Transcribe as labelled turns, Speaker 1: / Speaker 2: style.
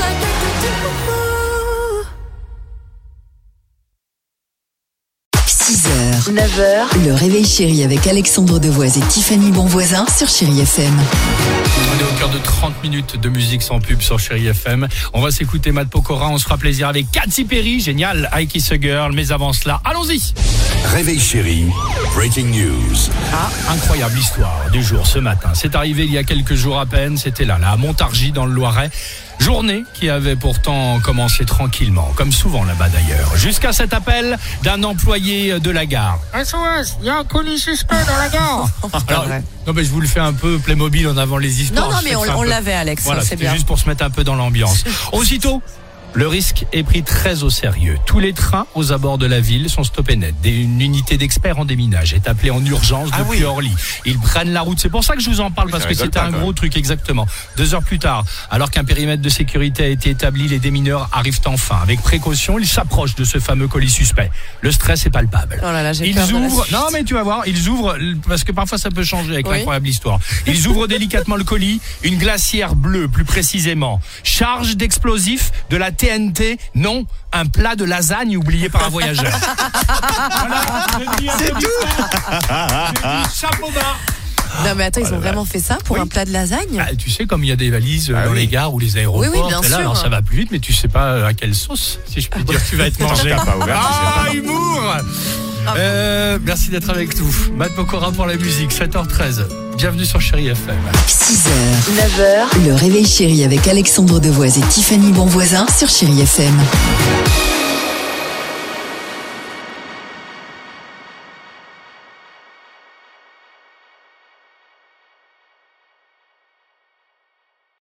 Speaker 1: like you do.
Speaker 2: 6h, 9h, le réveil chéri avec Alexandre Devoise et Tiffany Bonvoisin sur Chérie FM.
Speaker 3: On est au cœur de 30 minutes de musique sans pub sur Chéri FM. On va s'écouter Matt Pokora, on se fera plaisir avec Katy Perry, génial, I Kiss a Girl, mais avant cela, allons-y
Speaker 4: Réveil chéri, breaking news.
Speaker 3: Ah, incroyable histoire du jour ce matin. C'est arrivé il y a quelques jours à peine, c'était là, là, à Montargis, dans le Loiret. Journée qui avait pourtant commencé tranquillement, comme souvent là-bas d'ailleurs, jusqu'à cet appel d'un employé de la gare.
Speaker 5: Ah,
Speaker 6: SOS, il y a un colis suspect dans la gare.
Speaker 3: Alors, non mais je vous le fais un peu Playmobil en avant les histoires.
Speaker 5: Non, non,
Speaker 3: Je
Speaker 5: mais
Speaker 3: sais que
Speaker 5: on,
Speaker 3: c'est un
Speaker 5: on
Speaker 3: peu-
Speaker 5: l'avait, Alex.
Speaker 3: Voilà,
Speaker 5: c'est
Speaker 3: c'était
Speaker 5: bien.
Speaker 3: juste pour se mettre un peu dans l'ambiance. Aussitôt, le risque est pris très au sérieux. Tous les trains aux abords de la ville sont stoppés net. Des- Une unité d'experts en déminage est appelée en urgence depuis Orly. Ils prennent la route. C'est pour ça que je vous en parle, parce que c'était un gros truc exactement. Deux heures plus tard, alors qu'un périmètre de sécurité a été établi, les démineurs arrivent enfin. Avec précaution, ils s'approchent de ce fameux colis suspect. Le stress est palpable.
Speaker 5: Oh là là, j'ai
Speaker 3: Ils
Speaker 5: peur de la
Speaker 3: ouvrent.
Speaker 5: suite.
Speaker 3: Non, mais tu vas voir, ils ouvrent parce que parfois ça peut changer avec
Speaker 5: Oui.
Speaker 3: l'incroyable histoire. Ils ouvrent délicatement le colis, une glacière bleue plus précisément, charge d'explosifs, de la TNT, non, un plat de lasagne oublié par un voyageur. voilà, c'est tout. Chapeau bas.
Speaker 5: Non, mais attends, ils ont vraiment fait ça pour
Speaker 3: Ah Oui.
Speaker 5: un plat de lasagne
Speaker 3: Ah, tu sais, comme il y a des valises euh, dans les gares ou les aéroports,
Speaker 5: Ah Oui, oui, bien
Speaker 3: t'es là,
Speaker 5: sûr.
Speaker 3: alors ça va plus vite, mais tu sais pas euh, à quelle sauce, si je puis dire, tu vas être mangé. Ah, humour Euh, Merci d'être avec nous. Matt Pokora pour la musique, 7h13. Bienvenue sur Chéri FM.
Speaker 2: 6h, 9h, le réveil chéri avec Alexandre Devoise et Tiffany Bonvoisin sur Chérie FM.